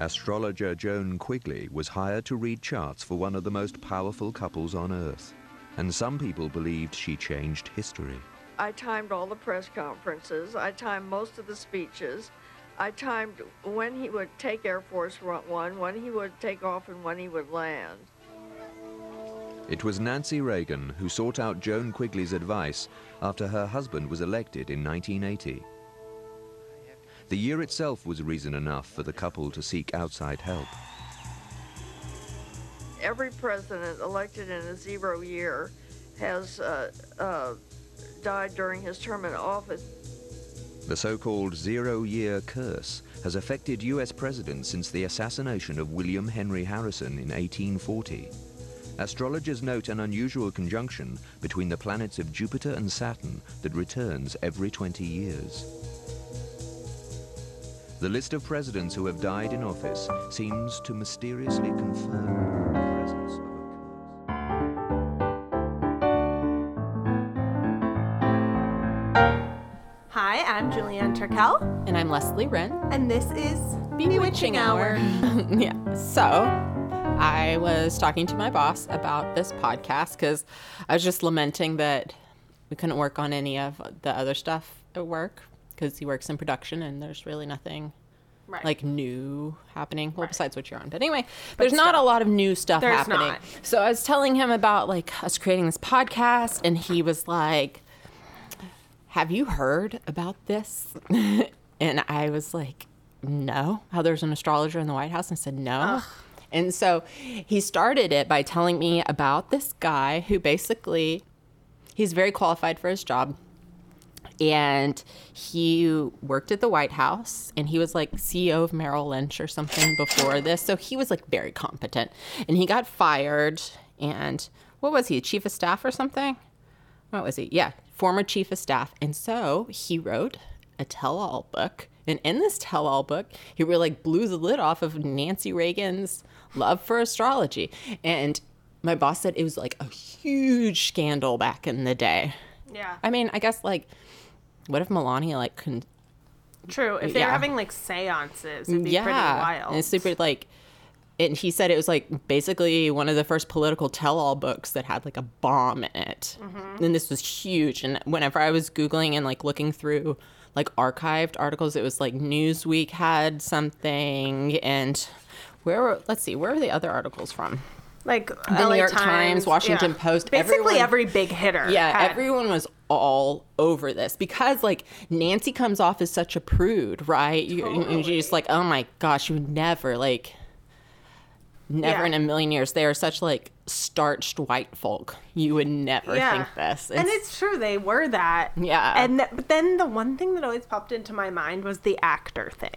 astrologer Joan Quigley was hired to read charts for one of the most powerful couples on earth, and some people believed she changed history. I timed all the press conferences. I timed most of the speeches. I timed when he would take Air Force One, when he would take off, and when he would land. It was Nancy Reagan who sought out Joan Quigley's advice after her husband was elected in 1980. The year itself was reason enough for the couple to seek outside help. Every president elected in a zero year has uh, uh, died during his term in office. The so-called zero-year curse has affected U.S. presidents since the assassination of William Henry Harrison in 1840. Astrologers note an unusual conjunction between the planets of Jupiter and Saturn that returns every 20 years. The list of presidents who have died in office seems to mysteriously confirm the presence of a Hi, I'm Julianne Turkel, And I'm Leslie Wren. and this is Bewitching Hour. yeah. So I was talking to my boss about this podcast because I was just lamenting that we couldn't work on any of the other stuff at work because he works in production and there's really nothing Right. like new happening. Well, besides what you're on, but anyway, there's not a lot of new stuff There's happening. not. So I was telling him about like us creating this podcast, and he was like, "Have you heard about this?" and I was like, "No." How there's an astrologer in the White House? And I said, "No." And so he started it by telling me about this guy who basically he's very qualified for his job and he worked at the White House and he was like CEO of Merrill Lynch or something before this. So he was like very competent and he got fired. And what was he, chief of staff or something? What was he? Yeah, former chief of staff. And so he wrote a tell all book. And in this tell all book, he really like blew the lid off of Nancy Reagan's love for astrology. And my boss said it was like a huge scandal back in the day. Yeah. I mean, I guess like, what if Melania like can? True. If they're Yeah. having like seances, it'd be yeah, pretty wild. and it's super like. And he said it was like basically one of the first political tell-all books that had like a bomb in it, Mm-hmm. and this was huge. And whenever I was googling and like looking through like archived articles, it was like Newsweek had something, and where were, let's see, where are the other articles from? like New LA York Times, Washington Post, Basically, everyone- every big hitter. Yeah, had- everyone was all over this because like Nancy comes off as such a prude, right? You, you- You're just like, oh my gosh, you would never like, never Yeah. in a million years. They are such like starched white folk. You would never Yeah. think this. and it's true they were that. Yeah. And th- but then the one thing that always popped into my mind was the actor thing.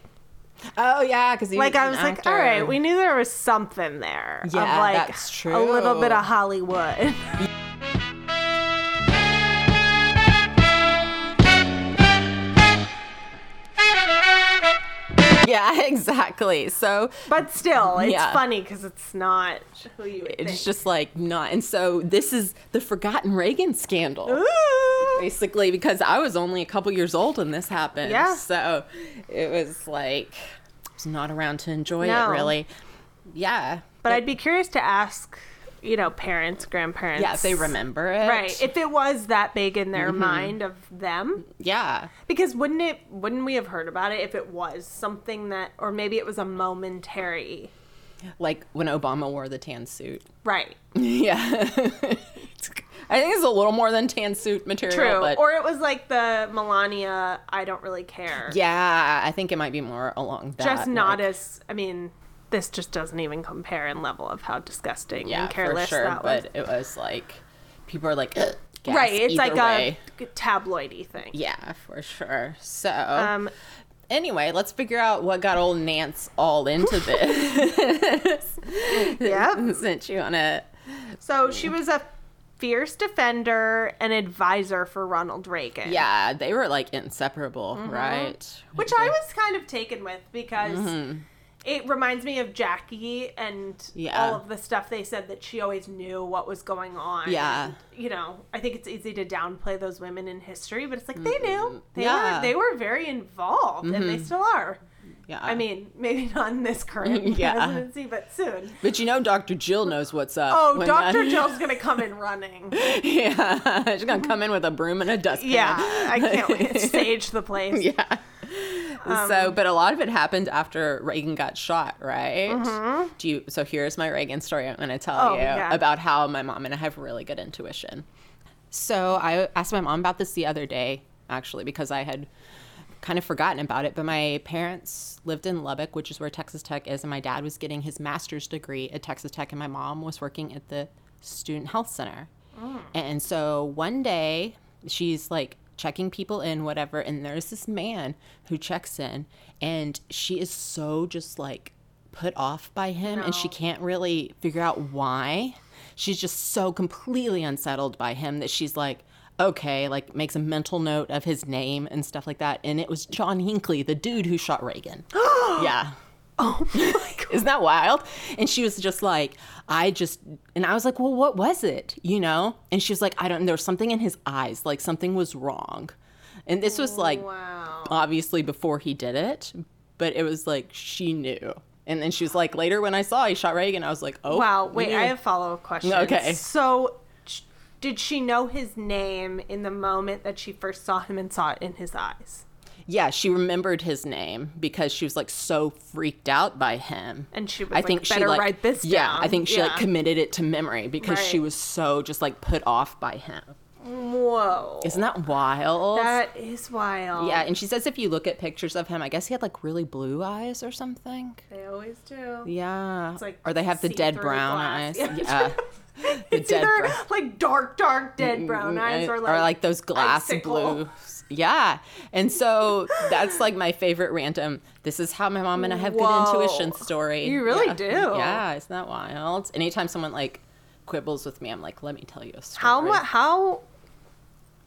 oh yeah, because Like I was like, all right, we knew there was something there. of, Yeah, like, that's A little bit true. of Hollywood. yeah, exactly. So But still, it's Yeah. funny because it's not who you would it's think. just like not. And so this is the forgotten Reagan scandal. Ooh. basically because I was only a couple years old when this happened. Yeah. So it was like I was not around to enjoy No. it really. Yeah. But I'd be curious to ask, you know, parents, grandparents. Yeah, if they remember it. Mm-hmm. Right. If it was that big in their mind of them. yeah. Because wouldn't it wouldn't we have heard about it if it was something that or maybe it was a momentary Like when Obama wore the tan suit. Right. Yeah. It's- I think it's a little more than tan suit material. True. But or it was like the Melania I don't really care. yeah, I think it might be more along that. Just not like- as I mean, this just doesn't even compare in level of how disgusting yeah, and careless for sure. that was. but it was like people are like gas right, it's like either way. a tabloidy thing. Yeah, for sure. So Um, anyway, let's figure out what got old Nance all into this. Yep. Since you on a So she was a fierce defender and advisor for Ronald Reagan. yeah, they were like inseparable, Mm-hmm. right? Which I was kind of taken with because Mm-hmm. it reminds me of Jackie and Yeah. all of the stuff they said that she always knew what was going on. Yeah. And, you know, I think it's easy to downplay those women in history, but it's like they knew. They Yeah. Mm-hmm. were they were very involved and they still are. Yeah. I mean, maybe not in this current Uh, Yeah. presidency, but soon. but you know, Dr. Jill knows what's up. Oh, when Dr. that- Jill's going to come in running. Yeah, she's gonna come in with a broom and a dustpan. Yeah, I can't wait to stage the place. yeah. Um, so, but a lot of it happened after Reagan got shot, right? Do you? So here's my Reagan story. I'm going to tell Mm-hmm. Oh, you yeah. about how my mom and I have really good intuition. So I asked my mom about this the other day, actually, because I had kind of forgotten about it. But my parents lived in Lubbock, which is where Texas Tech is, and my dad was getting his master's degree at Texas Tech, and my mom was working at the Student Health Center. And so one day she's like checking people in, whatever, and there's this man who checks in, and she is so just like put off by him, and she can't really figure out why. She's just so completely unsettled by him that she's like, okay, like makes a mental note of his name and stuff like that. And it was John Hinckley, the dude who shot Reagan. yeah. Isn't that wild? And she was just like, I just, and I was like, well, what was it? You know? And she was like, I don't, there was something in his eyes, like something was wrong. And this was like, Wow. obviously before he did it, but it was like, she knew. And then she was like, later when I saw he shot Reagan, I was like, oh. Wow. you Wait, knew. I have follow up questions. Okay. So, sh- did she know his name in the moment that she first saw him and saw it in his eyes? Yeah, she remembered his name because she was like so freaked out by him. And she was like, "Better like- write this Yeah, I down." think she like Yeah. committed it to memory because she Right. was so just like put off by him. Whoa. Isn't that wild? that is wild. yeah, and she says if you look at pictures of him, I guess he had like really blue eyes or something. They always do. Yeah. like or they have the dead see-through brown glass. eyes. Yeah. the It's either like dark, dark, dead brown eyes, or like uh, those glass icicle. blue. Yeah. And so that's like my favorite random. This is how my mom and I have Whoa. good intuition story. You really Yeah. do. Yeah, isn't that wild? Anytime someone like quibbles with me, I'm like, let me tell you a story. How much? How?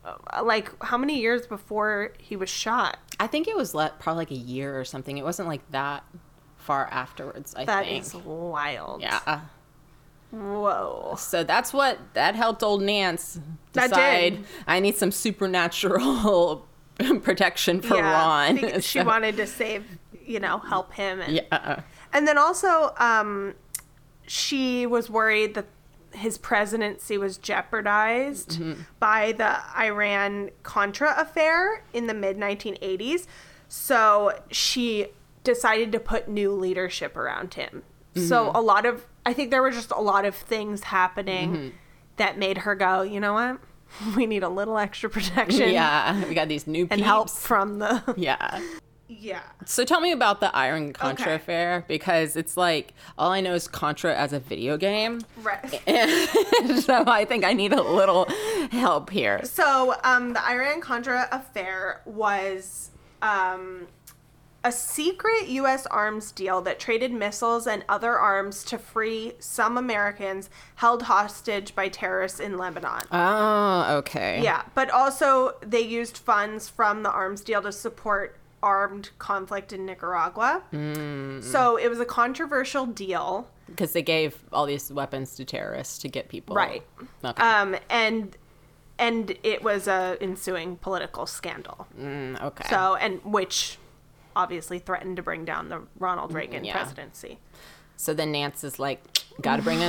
uh, Like how many years before he was shot? I think it was le- probably like a year or something. It wasn't like that far afterwards, I That think. is wild. yeah. Whoa. So that's what that helped old Nance That decide did. I need some supernatural protection for Ron. because She So- wanted to save, you know, help him. And, Yeah. and then also, um, she was worried that his presidency was jeopardized Mm-hmm. by the Iran Contra affair in the mid 1980s. So she decided to put new leadership around him. Mm-hmm. So a lot of, I think there were just a lot of things happening Mm-hmm. that made her go, you know what? We need a little extra protection Yeah. We got these new peeps. and help from the Yeah. Yeah. So tell me about the Iron Contra Okay. affair because it's like all I know is Contra as a video game. Right. so I think I need a little help here. So, um, the Iran Contra affair was um, a secret U.S. arms deal that traded missiles and other arms to free some Americans held hostage by terrorists in Lebanon. Oh, okay. Uh, Yeah, but also they used funds from the arms deal to support armed conflict in Nicaragua. So it was a controversial deal. Because they gave all these weapons to terrorists to get people. Right. Okay. Um, and and it was a ensuing political scandal. Mm, okay. So and which obviously threatened to bring down the Ronald Reagan Mm, yeah. presidency. So then Nance is like, gotta bring an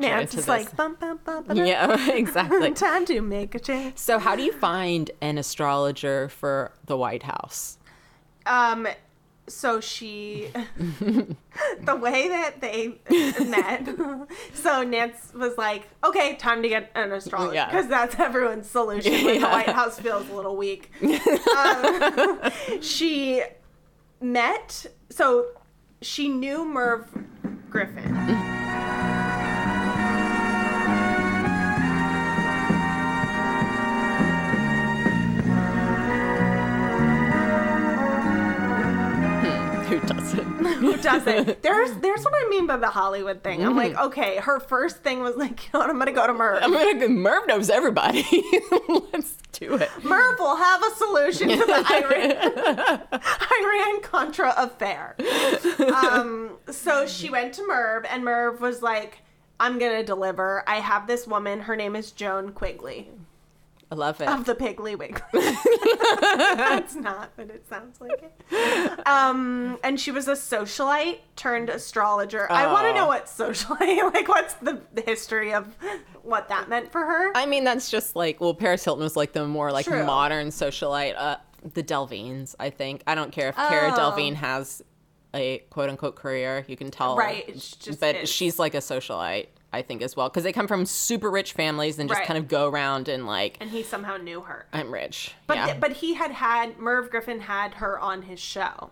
Nance to this. is like bum bum bum. bum yeah. yeah, exactly. Time to make a change. So how do you find an astrologer for the White House? Um, so she, the way that they met, so Nance was like, "Okay, time to get an astrologer," Yeah. because that's everyone's solution when the White House feels a little weak. um, she met, so she knew Merv Griffin. Who doesn't? Who doesn't? There's there's what I mean by the Hollywood thing. I'm like, okay, her first thing was like, you know what, I'm gonna go to Merv. I'm gonna. Merv knows everybody. Let's do it. Merv will have a solution to the Iran, Iran Contra affair. Um, so she went to Merv, and Merv was like, I'm going to deliver. I have this woman. Her name is Joan Quigley. I love it. of the Piggly Wiggly. it's not, but it sounds like it. Um, and she was a socialite turned astrologer. I want to Oh. know what socialite, like, what's the, the history of what that meant for her? I mean, that's just like well, Paris Hilton was like the more like True. modern socialite. Uh, the Delvines, I think. I don't care if Cara Oh. Delvine has a quote unquote career. You can tell, Right, it's just but is. she's like a socialite, I think, as well, because they come from super rich families and just Right. kind of go around and like, and he somehow knew her. I'm rich. But, yeah, th- but he had had, Merv Griffin had her on his show.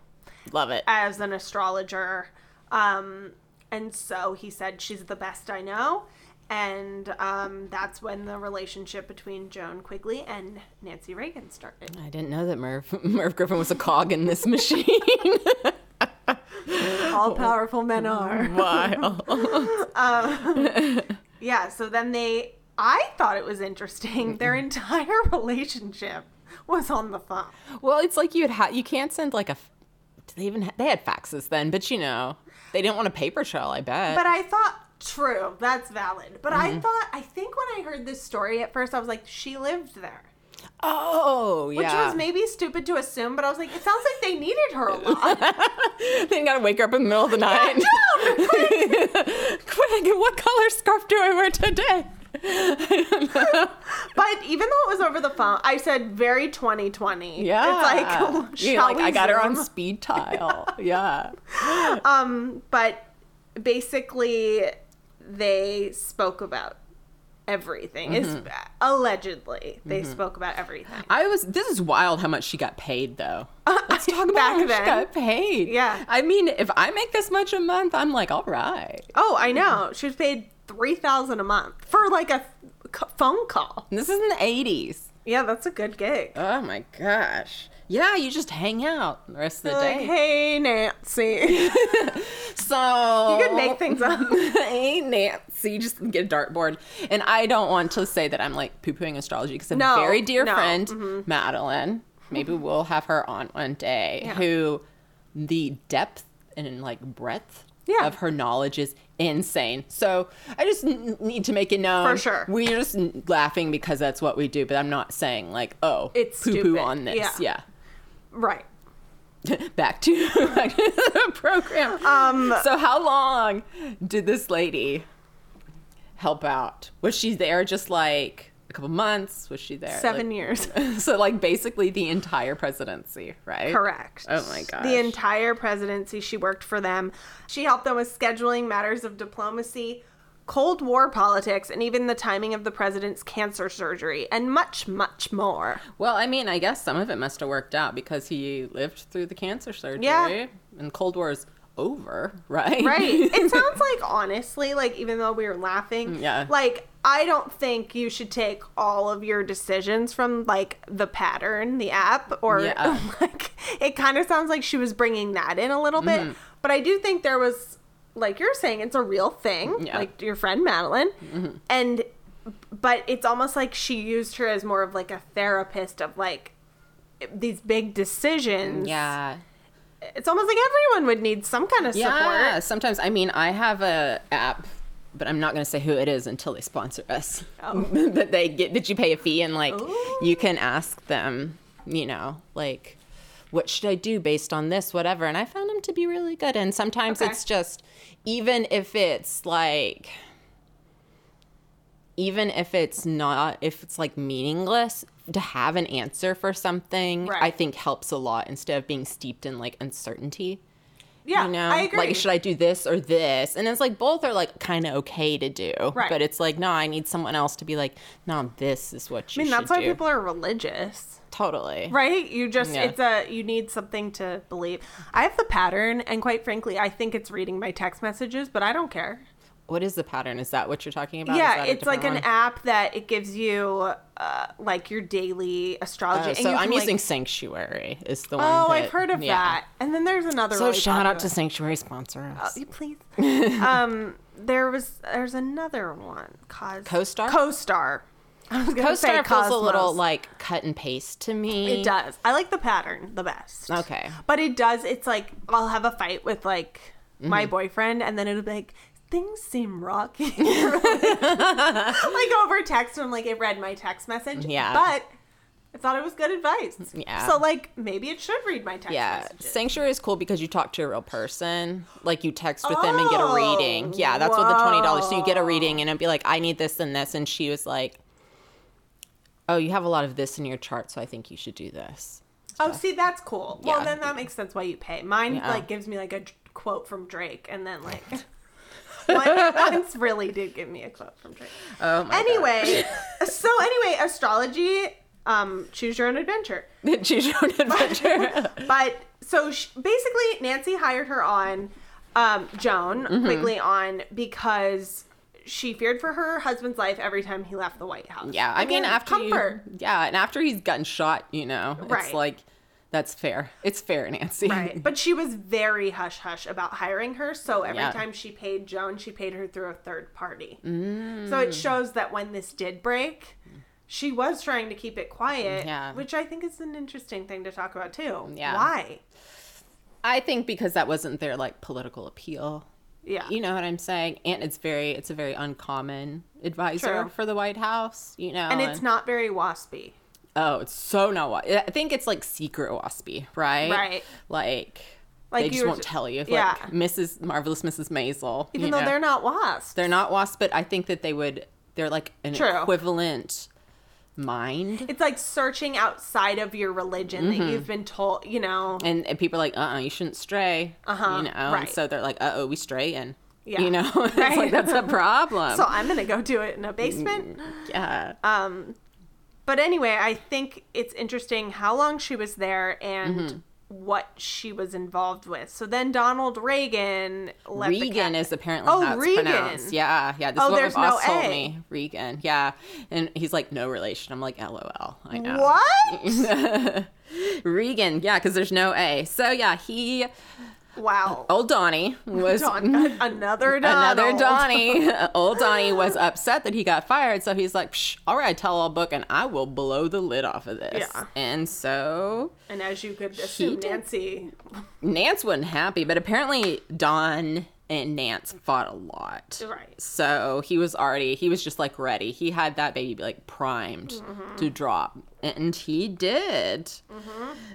love it. as an astrologer. Um, and so he said, She's the best I know. And um, that's when the relationship between Joan Quigley and Nancy Reagan started. I didn't know that Merv Merv Griffin was a cog in this machine. All powerful men are. Oh. Wow. Yeah, so then they, I thought it was interesting. Their entire relationship was on the phone. Well, it's like you'd ha- you can't send like a. f- Do they even ha- they had faxes then? But you know they didn't want a paper trail. I bet. But I thought, true, that's valid. But I thought, I think when I heard this story at first, I was like, She lived there. oh Which yeah. was maybe stupid to assume, but I was like, it sounds like they needed her a lot. then gotta wake her up in the middle of the night. Quick, what color scarf do I wear today? But even though it was over the phone, I said very 2020. Yeah, It's like, You're shall like we I got her on Zoom? speed dial. yeah, But basically, they spoke about everything. It's- Mm-hmm. allegedly, they spoke about everything. I was. This is wild how much she got paid though. Let's talk about Uh, Back how much then. she got paid. Yeah. I mean, if I make this much a month, I'm like, all right. Oh, I know. She was paid 3000 a month for like a c- phone call. And this is in the '80s. Yeah, that's a good gig. Oh my gosh. Yeah, you just hang out the rest of the Like, day. hey, Nancy. so you could make things up. hey Nancy, just get a dartboard. And I don't want to say that I'm like poo pooing astrology because a No, very dear no, Mm-hmm. friend, Madeline, maybe we'll have her on one day, who the depth and like breadth Yeah. of her knowledge is insane. So I just n- need to make it known. For sure. We're just n- laughing because that's what we do, but I'm not saying like, oh, It's poo poo stupid. on this. Yeah. yeah. Right. back to back to the program. Um, so how long did this lady help out? Was she there just like a couple months? Was she there Seven years. years? So like basically the entire presidency, right? Correct. Oh my gosh. The entire presidency, she worked for them. She helped them with scheduling matters of diplomacy, Cold War politics, and even the timing of the president's cancer surgery, and much, much more. Well, I mean, I guess some of it must have worked out because he lived through the cancer surgery, Yeah. and Cold War is over, right? Right. it sounds like, honestly, like even though we were laughing, Mm, Yeah. like I don't think you should take all of your decisions from like the pattern, the app, or Yeah. like it kind of sounds like she was bringing that in a little Mm-hmm. bit. But I do think there was, like you're saying, it's a real thing, Yeah. Mm-hmm. like your friend Madeline, and but it's almost like she used her as more of like a therapist of like these big decisions. yeah. It's almost like everyone would need some kind of Yeah, support. sometimes I mean I have a app, but I'm not going to say who it is until they sponsor us. Oh. that they get that you pay a fee and like Ooh. you can ask them, you know, like what should I do based on this, whatever. And I found them to be really good. And sometimes Okay. it's just even if it's like even if it's not if it's like meaningless to have an answer for something Right. i think helps a lot instead of being steeped in like uncertainty Yeah, you know I agree. like should i do this or this and it's like both are like kind of okay to do Right. but it's like no i need someone else to be like no this is what you I mean, that's should why do. people are religious, totally right? You just Yeah. it's a you need something to believe. I have the pattern, and quite frankly, I think it's reading my text messages, but I don't care. what is the pattern is that what you're talking about Is yeah, that a it's like different an one? app that it gives you uh, like your daily Oh, astrology. and so you i'm can, like- using sanctuary is the one. Oh, that- I've heard of yeah. that. And then there's another. so really shout out to popular- sanctuary sponsor us Oh, please. um, there was there's another one. Cos- CoStar? CoStar. I was gonna say CoStar feels a little Cosmos. like cut and paste to me. It does. I like the pattern the best. Okay. Mm-hmm. But it does. It's like I'll have a fight with like my boyfriend, and then it'll be like, things seem rocky. like over text, I'm like, it read my text message. Yeah. But I thought it was good advice. Yeah. So, like, maybe it should read my text Yeah, messages. Sanctuary is cool because you talk to a real person. Like you text with them and get a reading. Oh, Yeah, that's what the twenty dollars. So you get a reading and it'd be like, I need this and this, and she was like, Oh, you have a lot of this in your chart, so I think you should do this. Oh, see, that's cool. Yeah. Well, then that makes sense why you pay. Mine Yeah. like gives me like a d- quote from Drake, and then like mine once really did give me a quote from Drake. Oh my anyway, so anyway, astrology, um, choose your own adventure. Choose your own adventure. But so sh basically, Nancy hired her on, um, Joan Mm-hmm. quickly on because she feared for her husband's life every time he left the White House. yeah, I mean Again, after you- comfort. yeah, and after he's gotten shot, you know, it's Right. like that's fair. It's fair, Nancy. Right. But she was very hush hush about hiring her. So every Yeah. time she paid Joan, she paid her through a third party. Mm. So it shows that when this did break, she was trying to keep it quiet, Yeah. which I think is an interesting thing to talk about too. Yeah. Why? I think because that wasn't their like political appeal. Yeah. you know what I'm saying? And it's very, it's a very uncommon advisor True. for the White House, you know. and it's not very waspy. oh, it's so not. wa- I think it's like secret waspy, right? Right. Like, Like they you just were won't ju- tell you. Like Yeah. Mrs. Marvelous Mrs. Maisel, Even you though know? they're not wasps. they're not wasp, but I think that they would. They're like an True. equivalent mind. it's like searching outside of your religion Mm-hmm. that you've been told, you know. And, and people are like, uh, uh you shouldn't stray. Uh-huh, You know, and right. so they're like, uh oh, we straying. Yeah. You know, it's like Right. that's a problem. So I'm going to go do it in a basement. yeah. But anyway, I think it's interesting how long she was there and Mm-hmm. what she was involved with. So then Donald Reagan left the Regan cabinet. is apparently Oh, how it's Regan. pronounced. Yeah, yeah. This Oh, is what there's my boss no told A. me. Regan. Yeah, and he's like, no relation. I'm like, lol. I know. Oh, What? Regan. Yeah, because there's no A. So yeah, he Wow. old Donnie was. Don- another Donald. Another Donnie, old Donnie was upset that he got fired, so he's like, Psh, "All right, tell all book, and I will blow the lid off of this." Yeah. And so And as you could assume, did- Nancy. Nance wasn't happy, but apparently Don and Nance fought a lot. Right. So he was already, he was just like ready. He had that baby like primed Mm-hmm. to drop, and he did.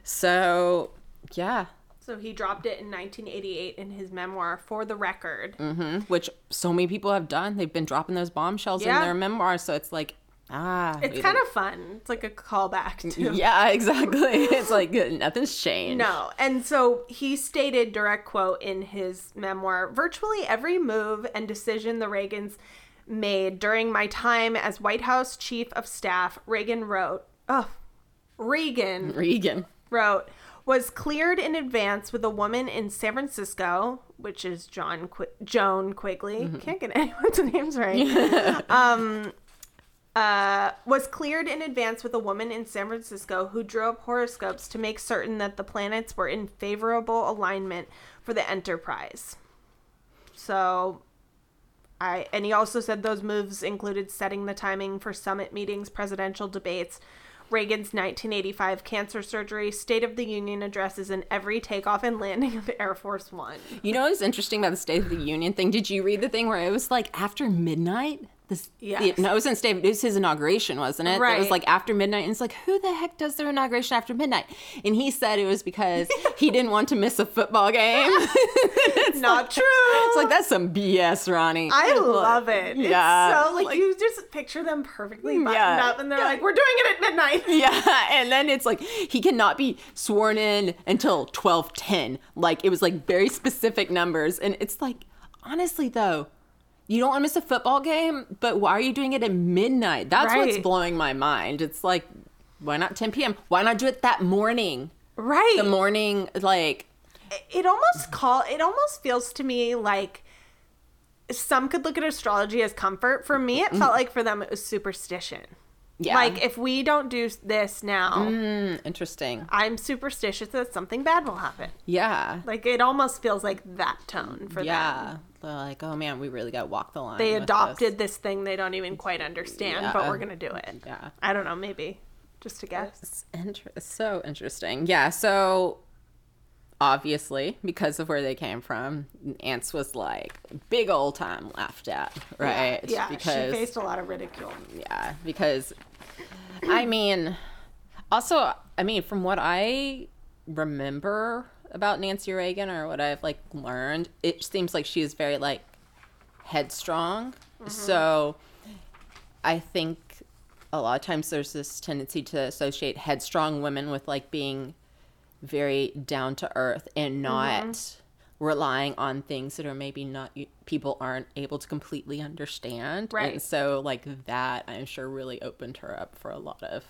So, yeah. So he dropped it in 1988 in his memoir, For the Record. Mm-hmm. Which so many people have done. They've been dropping those bombshells Yeah. in their memoirs. So it's like, ah. It's kind of fun. It's like a callback to. Yeah, exactly. it's like nothing's changed. No. And so he stated, direct quote in his memoir virtually every move and decision the Reagans made during my time as White House chief of staff, Reagan wrote, oh, Reagan Regan. wrote, was cleared in advance with a woman in San Francisco, which is John Qui- Joan Quigley. Can't get anyone's names right Um, uh, was cleared in advance with a woman in San Francisco who drew up horoscopes to make certain that the planets were in favorable alignment for the enterprise. So, I and he also said those moves included setting the timing for summit meetings, presidential debates, Reagan's 1985 cancer surgery, State of the Union addresses, and every takeoff and landing of Air Force One. You know what's interesting about the State of the Union thing? Did you read the thing where it was like after midnight? This, Yes. the- no, it wasn't State. It was his inauguration, wasn't it? It was Right. like after midnight, and it's like, who the heck does their inauguration after midnight? And he said it was because he didn't want to miss a football game. Not true. it's like that's some BS, Ronnie. I love it. Yeah. It's so like, you just picture them perfectly buttoned Yeah. up and they're like, we're doing it at midnight. yeah, and then it's like he cannot be sworn in until twelve ten. Like it was like very specific numbers, and it's like honestly though, you don't want to miss a football game, but why are you doing it at midnight? That's what's Right. blowing my mind. It's like why not ten p.m. Why not do it that morning? Right. The morning, like it almost call it almost feels to me like some could look at astrology as comfort. For me, it felt like for them it was superstition. yeah, Like if we don't do this now, mm, interesting. I'm superstitious that something bad will happen. Yeah, Like it almost feels like that tone for them. yeah. They're like, oh man, we really got to walk the line. They with adopted this. thing they don't even quite understand, but Yeah. we're gonna do it. Yeah. I don't know, maybe. Just a guess. It's inter- so interesting. Yeah. So obviously, because of where they came from, Ants was like big old time laughed at, right? Yeah, she faced a lot of ridicule. yeah, because I mean, also, I mean, from what I remember about Nancy Reagan or what I've like learned, it seems like she is very like headstrong. So I think a lot of times there's this tendency to associate headstrong women with like being very down to earth and not relying on things that are maybe not people aren't able to completely understand. Right. And so like that I'm sure really opened her up for a lot of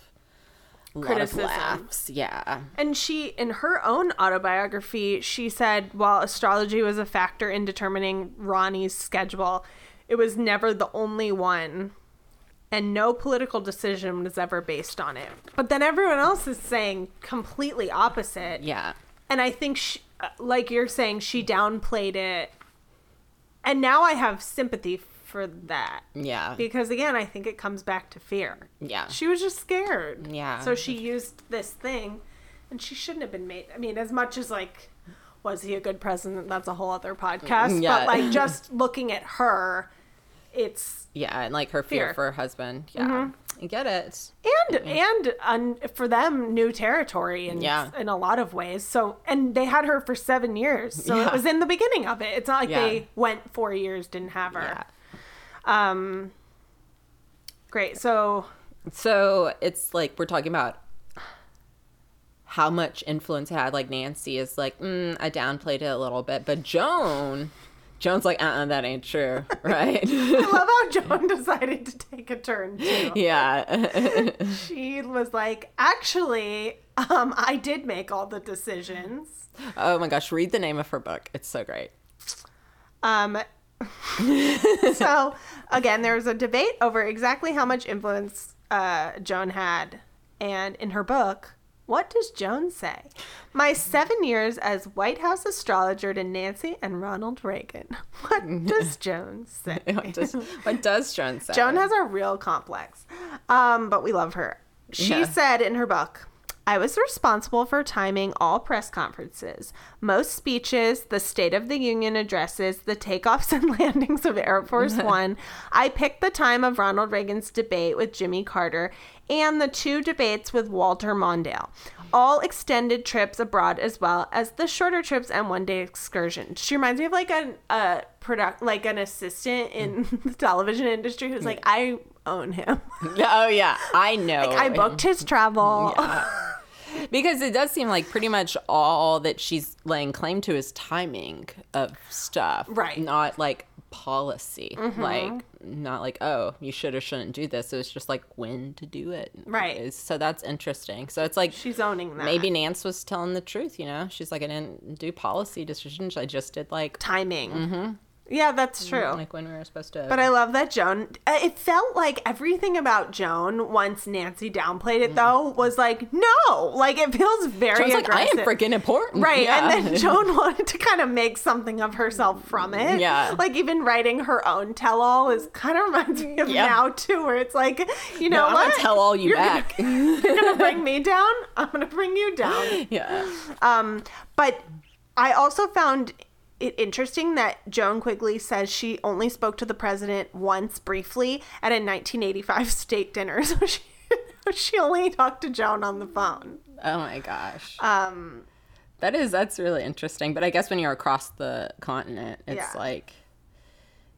a lot of Criticism. laughs. Yeah. And she, in her own autobiography, she said while astrology was a factor in determining Ronnie's schedule, it was never the only one, and no political decision was ever based on it. But then everyone else is saying completely opposite. Yeah. And I think, she, uh, like you're saying, she downplayed it. And now I have sympathy for that. Yeah. Because again, I think it comes back to fear. Yeah. She was just scared. Yeah. So she used this thing and she shouldn't have been made. I mean, as much as like, was he a good president? That's a whole other podcast. Yeah. But like, just looking at her, it's. yeah, and like her fear, Fear. Mm-hmm. for her husband. Yeah. I get it. And and un, for them, new territory in Yeah. in a lot of ways. So and they had her for seven years. So Yeah. it was in the beginning of it. It's not like Yeah. they went four years, didn't have her. Yeah. Um, great. So So it's like we're talking about how much influence it had. Like Nancy is like, mm, I downplayed it a little bit, but Joan, Joan's like, uh, uh that ain't true, right? I love how Joan decided to take a turn too. yeah, She was like, actually, um, I did make all the decisions. Oh my gosh, read the name of her book. It's so great. Um, so again, there was a debate over exactly how much influence uh, Joan had, and in her book. What does Joan say? My seven years as White House astrologer to Nancy and Ronald Reagan. What does Joan say? What does, what does Joan say? Joan has a real complex, um, but we love her. She Yeah. said in her book, I was responsible for timing all press conferences, most speeches, the State of the Union addresses, the takeoffs and landings of Air Force One. I picked the time of Ronald Reagan's debate with Jimmy Carter and the two debates with Walter Mondale, all extended trips abroad as well as the shorter trips and one day excursions. She reminds me of like an, a product, like an assistant in the television industry who's like, I own him. Oh yeah, I know. I booked his travel. because it does seem like pretty much all that she's laying claim to is timing of stuff Right. Mm-hmm. not like policy like not like oh you should or shouldn't do this it was just like when to do it Right. It's- so that's interesting so it's like She's owning that. maybe nance was telling the truth you know she's like i didn't do policy decisions i just did like timing. Yeah, that's true. Mm-hmm. like when we were supposed to But I love that Joan. uh, It felt like everything about Joan once Nancy downplayed it though was like no, like it feels very Mm. Joan's like i aggressive. am freaking important Right, Yeah. and then Joan wanted to kind of make something of herself from it. Yeah. like even writing her own tell-all is kind of reminds me of Yeah. now too, where it's like, you know, no, i'm what? gonna tell all you You're gonna- back You're gonna bring me down. I'm gonna bring you down. yeah Um, but I also found it interesting that Joan Quigley says she only spoke to the president once briefly at a 1985 state dinner. So she, she only talked to Joan on the phone. Oh my gosh. Um that is that's really interesting, but I guess when you're across the continent, it's Yeah. like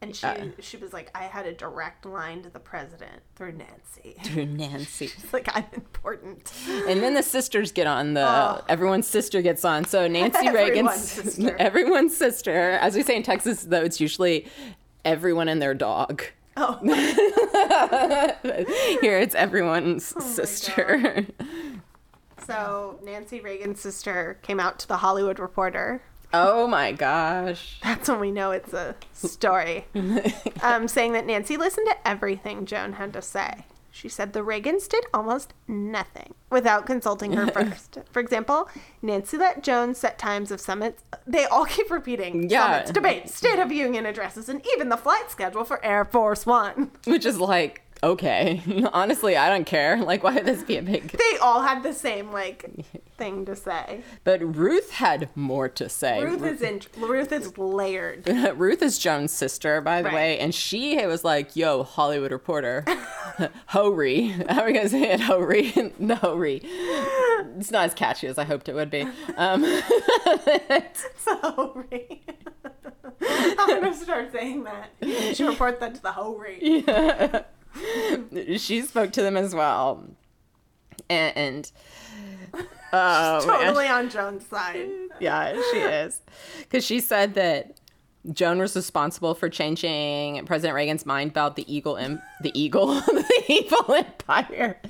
And she, she was like, I had a direct line to the president through Nancy. through Nancy. It's like, I'm important. and then the sisters get on the everyone's sister gets on. So Nancy Reagan's Oh. Everyone's sister. everyone's sister. As we say in Texas though, it's usually everyone and their dog. Oh. Here it's everyone's Oh sister. So Nancy Reagan's sister came out to the Hollywood Reporter oh my gosh. That's when we know it's a story. um, saying that Nancy listened to everything Joan had to say. She said the Reagans did almost nothing without consulting her first. For example, Nancy let Joan set times of summits. They all keep repeating Yeah. summits, debates, State of Union addresses, and even the flight schedule for Air Force One. Which is like okay. Honestly, I don't care. Like, why would this be a big? They all had the same like thing to say. But Ruth had more to say. Ruth is in, Ruth is layered. Ruth is Joan's sister, by the Right. way, and she was like, "Yo, Hollywood Reporter, Hori. How are you gonna say it, Hori? the Hori. It's not as catchy as I hoped it would be. Um, Sorry. I'm gonna start saying that. You should report that to the whole rate. she spoke to them as well, and, and oh, man. Totally on Joan's side. yeah, she is. Because she said that Joan was responsible for changing President Reagan's mind about the Eagle, em- the Eagle, the evil empire,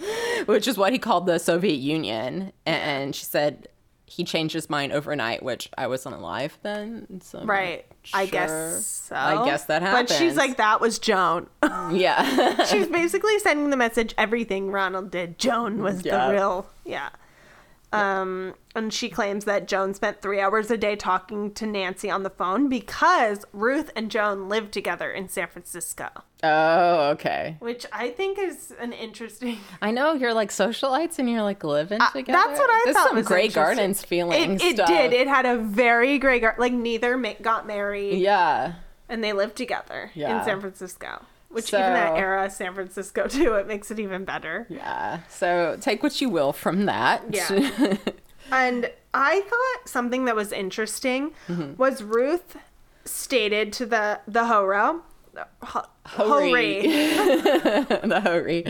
which is what he called the Soviet Union. And she said he changed his mind overnight, which I wasn't alive then. So I'm not Right. I sure. guess so. I guess that But she's happens. like, that was Joan. Yeah. she's basically sending the message everything Ronald did. Joan was Yeah. the real. Yeah. Um, and she claims that Joan spent three hours a day talking to Nancy on the phone because Ruth and Joan lived together in San Francisco, oh, okay. which I think is an interesting. I know you're like socialites and you're like living together. Uh, That's what I There's thought. Some was great interesting. gardens feeling. It, it stuff. did. It had a very great garden. Like neither ma- got married, yeah. and they lived together Yeah. in San Francisco. Which even So- that era, San Francisco too, it makes it even better. Yeah. So take what you will from that. Yeah. And I thought something that was interesting Mm-hmm. was Ruth stated to the the horo, the ho- hori. the hori.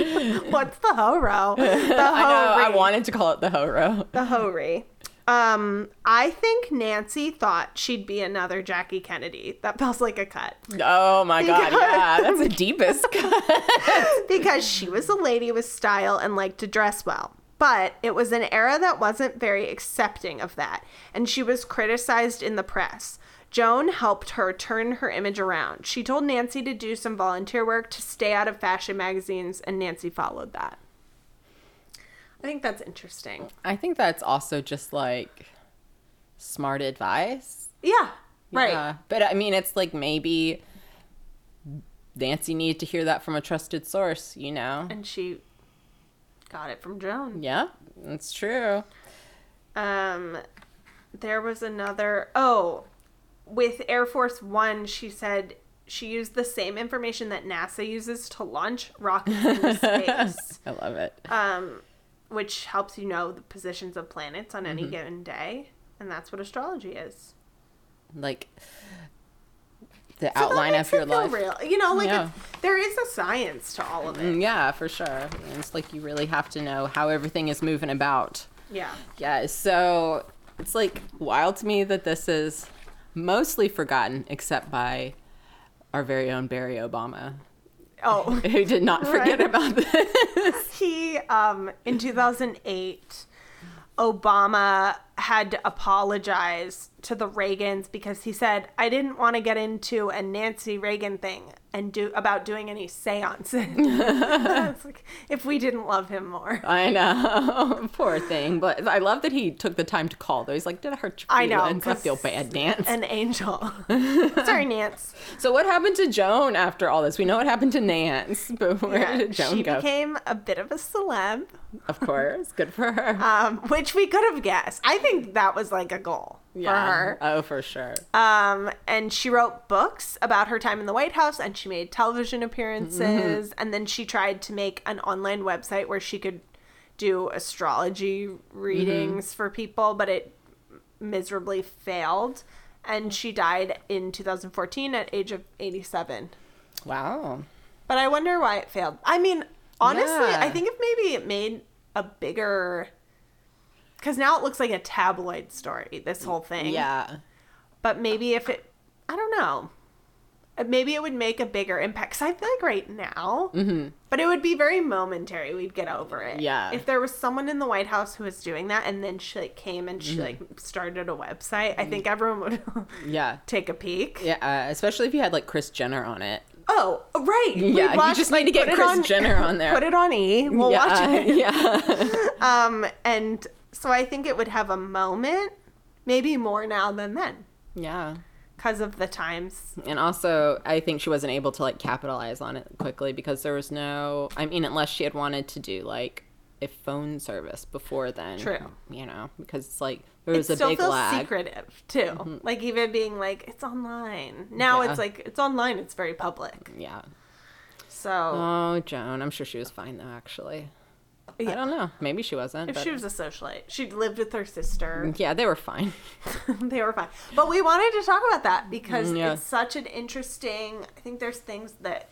What's the horo? The hori. I know. I wanted to call it the horo. the hori. Um, I think Nancy thought she'd be another Jackie Kennedy. That feels like a cut Oh my god. Because- Yeah, that's the deepest. cut. because she was a lady with style and liked to dress well. But it was an era that wasn't very accepting of that, and she was criticized in the press. Joan helped her turn her image around. She told Nancy to do some volunteer work to stay out of fashion magazines, and Nancy followed that. I think that's interesting. I think that's also just like smart advice. Yeah, right. Yeah. But I mean, it's like maybe Nancy needed to hear that from a trusted source. You know. And she got it from Joan. Yeah, that's true. Um, there was another. Oh, with Air Force One, she said she used the same information that NASA uses to launch rockets into space, I love it. Uh, which helps you know the positions of planets on Mm-hmm. any given day, and that's what astrology is. like So the that outline makes of your it feel life. real. You know, like Yeah. it's, there is a science to all of it. Mm, Yeah, for sure. And It's like you really have to know how everything is moving about. Yeah. Yeah, so it's like wild to me that this is mostly forgotten except by our very own Barry Obama, Oh, who did not forget Right. about this. he um in 2008 obama had to apologize to the reagans because he said i didn't want to get into a nancy reagan thing and do about doing any seances It's like, if we didn't love him more I know. Poor thing. But I love that he took the time to call though. He's like, Did I hurt your I know, feelings? I 'cause- feel bad, Nance. an angel sorry nance so what happened to Joan after all this? We know what happened to Nance, but where Yeah, did Joan she go? became a bit of a celeb Of course, good for her. um, which we could have guessed i think that was like a goal for her Oh, for sure. Um, and she wrote books about her time in the White House, and she made television appearances, Mm-hmm. and then she tried to make an online website where she could do astrology readings Mm-hmm. for people, but it miserably failed. And she died in 2014 at age of 87. Wow. But I wonder why it failed. I mean, honestly, Yeah. I think if maybe it made a bigger, because now it looks like a tabloid story. This whole thing, Yeah. but maybe if it i don't know Uh, maybe it would make a bigger impact because i feel like right now but it would be very momentary we'd get over it Mm-hmm. Yeah. if there was someone in the white house who was doing that and then she like came and she Mm-hmm. like started a website i think everyone would Yeah. take a peek Mm-hmm. Yeah. Uh, especially if you had like Chris Jenner on it. oh right We'd Yeah. watch- you just need to get put it Chris on- Jenner on there. put it on e we'll yeah. watch it Yeah. um and so i think it would have a moment maybe more now than then yeah. because of the times. And also, I think she wasn't able to like capitalize on it quickly because there was no. I mean, unless she had wanted to do like a phone service before then. True. You know, because it's like there was it a still big feels lag. Mm-hmm. secretive too. Like even being like it's online now, Yeah. it's like it's online. It's very public. Yeah. So Oh, Joan. I'm sure she was fine though. Actually, I Yeah. don't know. Maybe she wasn't. if but- she was a socialite, she lived with her sister. Yeah, they were fine. they were fine. But we wanted to talk about that because Mm, yeah. it's such an interesting. I think there's things that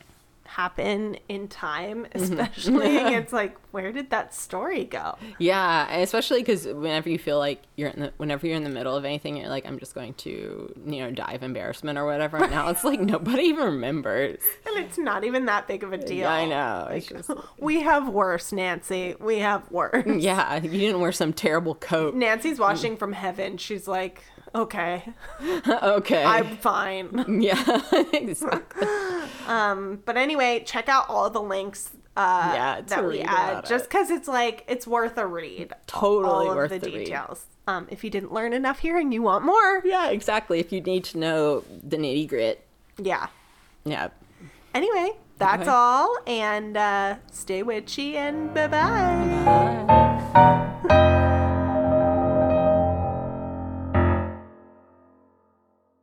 happen in time, Mm-hmm. especially. it's like where did that story go? Yeah, especially because whenever you feel like you're in the whenever you're in the middle of anything, you're like, I'm just going to you know die of embarrassment or whatever. And now it's like nobody even remembers. And it's not even that big of a deal. Yeah, I know. It's just- We have worse, Nancy. We have worse. yeah, Mm. you didn't wear some terrible coat. Nancy's watching from heaven. She's like, okay, okay. I'm fine. yeah. exactly. But anyway, check out all the links uh, Yeah, to that we read add about just it. because it's like, it's worth a read. Totally all of worth the the read. details. Um, if you didn't learn enough here and you want more, Yeah, exactly. If you need to know the nitty grit, yeah. yeah. Anyway, that's Okay. all. And uh, stay witchy and bye bye. Bye.